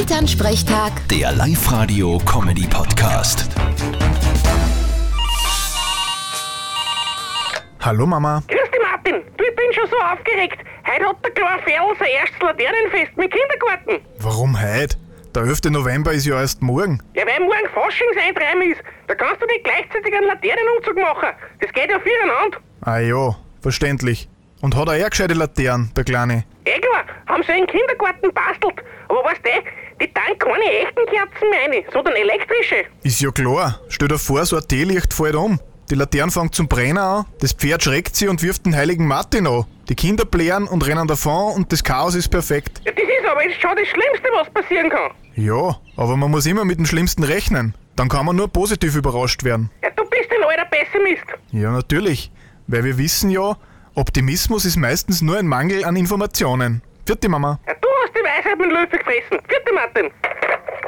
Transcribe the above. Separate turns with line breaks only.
Elternsprechtag,
Der Live-Radio-Comedy-Podcast.
Hallo Mama.
Grüß dich, Martin. Du, ich bin schon so aufgeregt. Heute hat der kleine Ferl sein erstes Laternenfest mit Kindergarten.
Warum heute? Der 11. November ist ja erst morgen.
Ja, weil morgen Faschingseintreiben ist, da kannst du nicht gleichzeitig einen Laternenumzug machen. Das geht ja voreinander.
Ah ja, verständlich. Und hat er eh gescheite Laternen, der Kleine.
Eh klar, haben sie einen Kindergarten bastelt. Aber weißt du, die tun keine echten Kerzen mehr rein, sondern elektrische.
Ist ja klar. Stell dir vor, so ein Teelicht fällt um. Die Laternen fangen zum Brennen an, das Pferd schreckt sie und wirft den heiligen Martin an. Die Kinder blären und rennen davon und das Chaos ist perfekt.
Ja, das ist aber jetzt schon das Schlimmste, was passieren kann.
Ja, aber man muss immer mit dem Schlimmsten rechnen. Dann kann man nur positiv überrascht werden.
Ja, du bist ein alter Pessimist.
Ja, natürlich. Weil wir wissen ja, Optimismus ist meistens nur ein Mangel an Informationen. Vierte Mama.
Ja, du hast die Weisheit mit dem Löffel gefressen. Vierte Martin.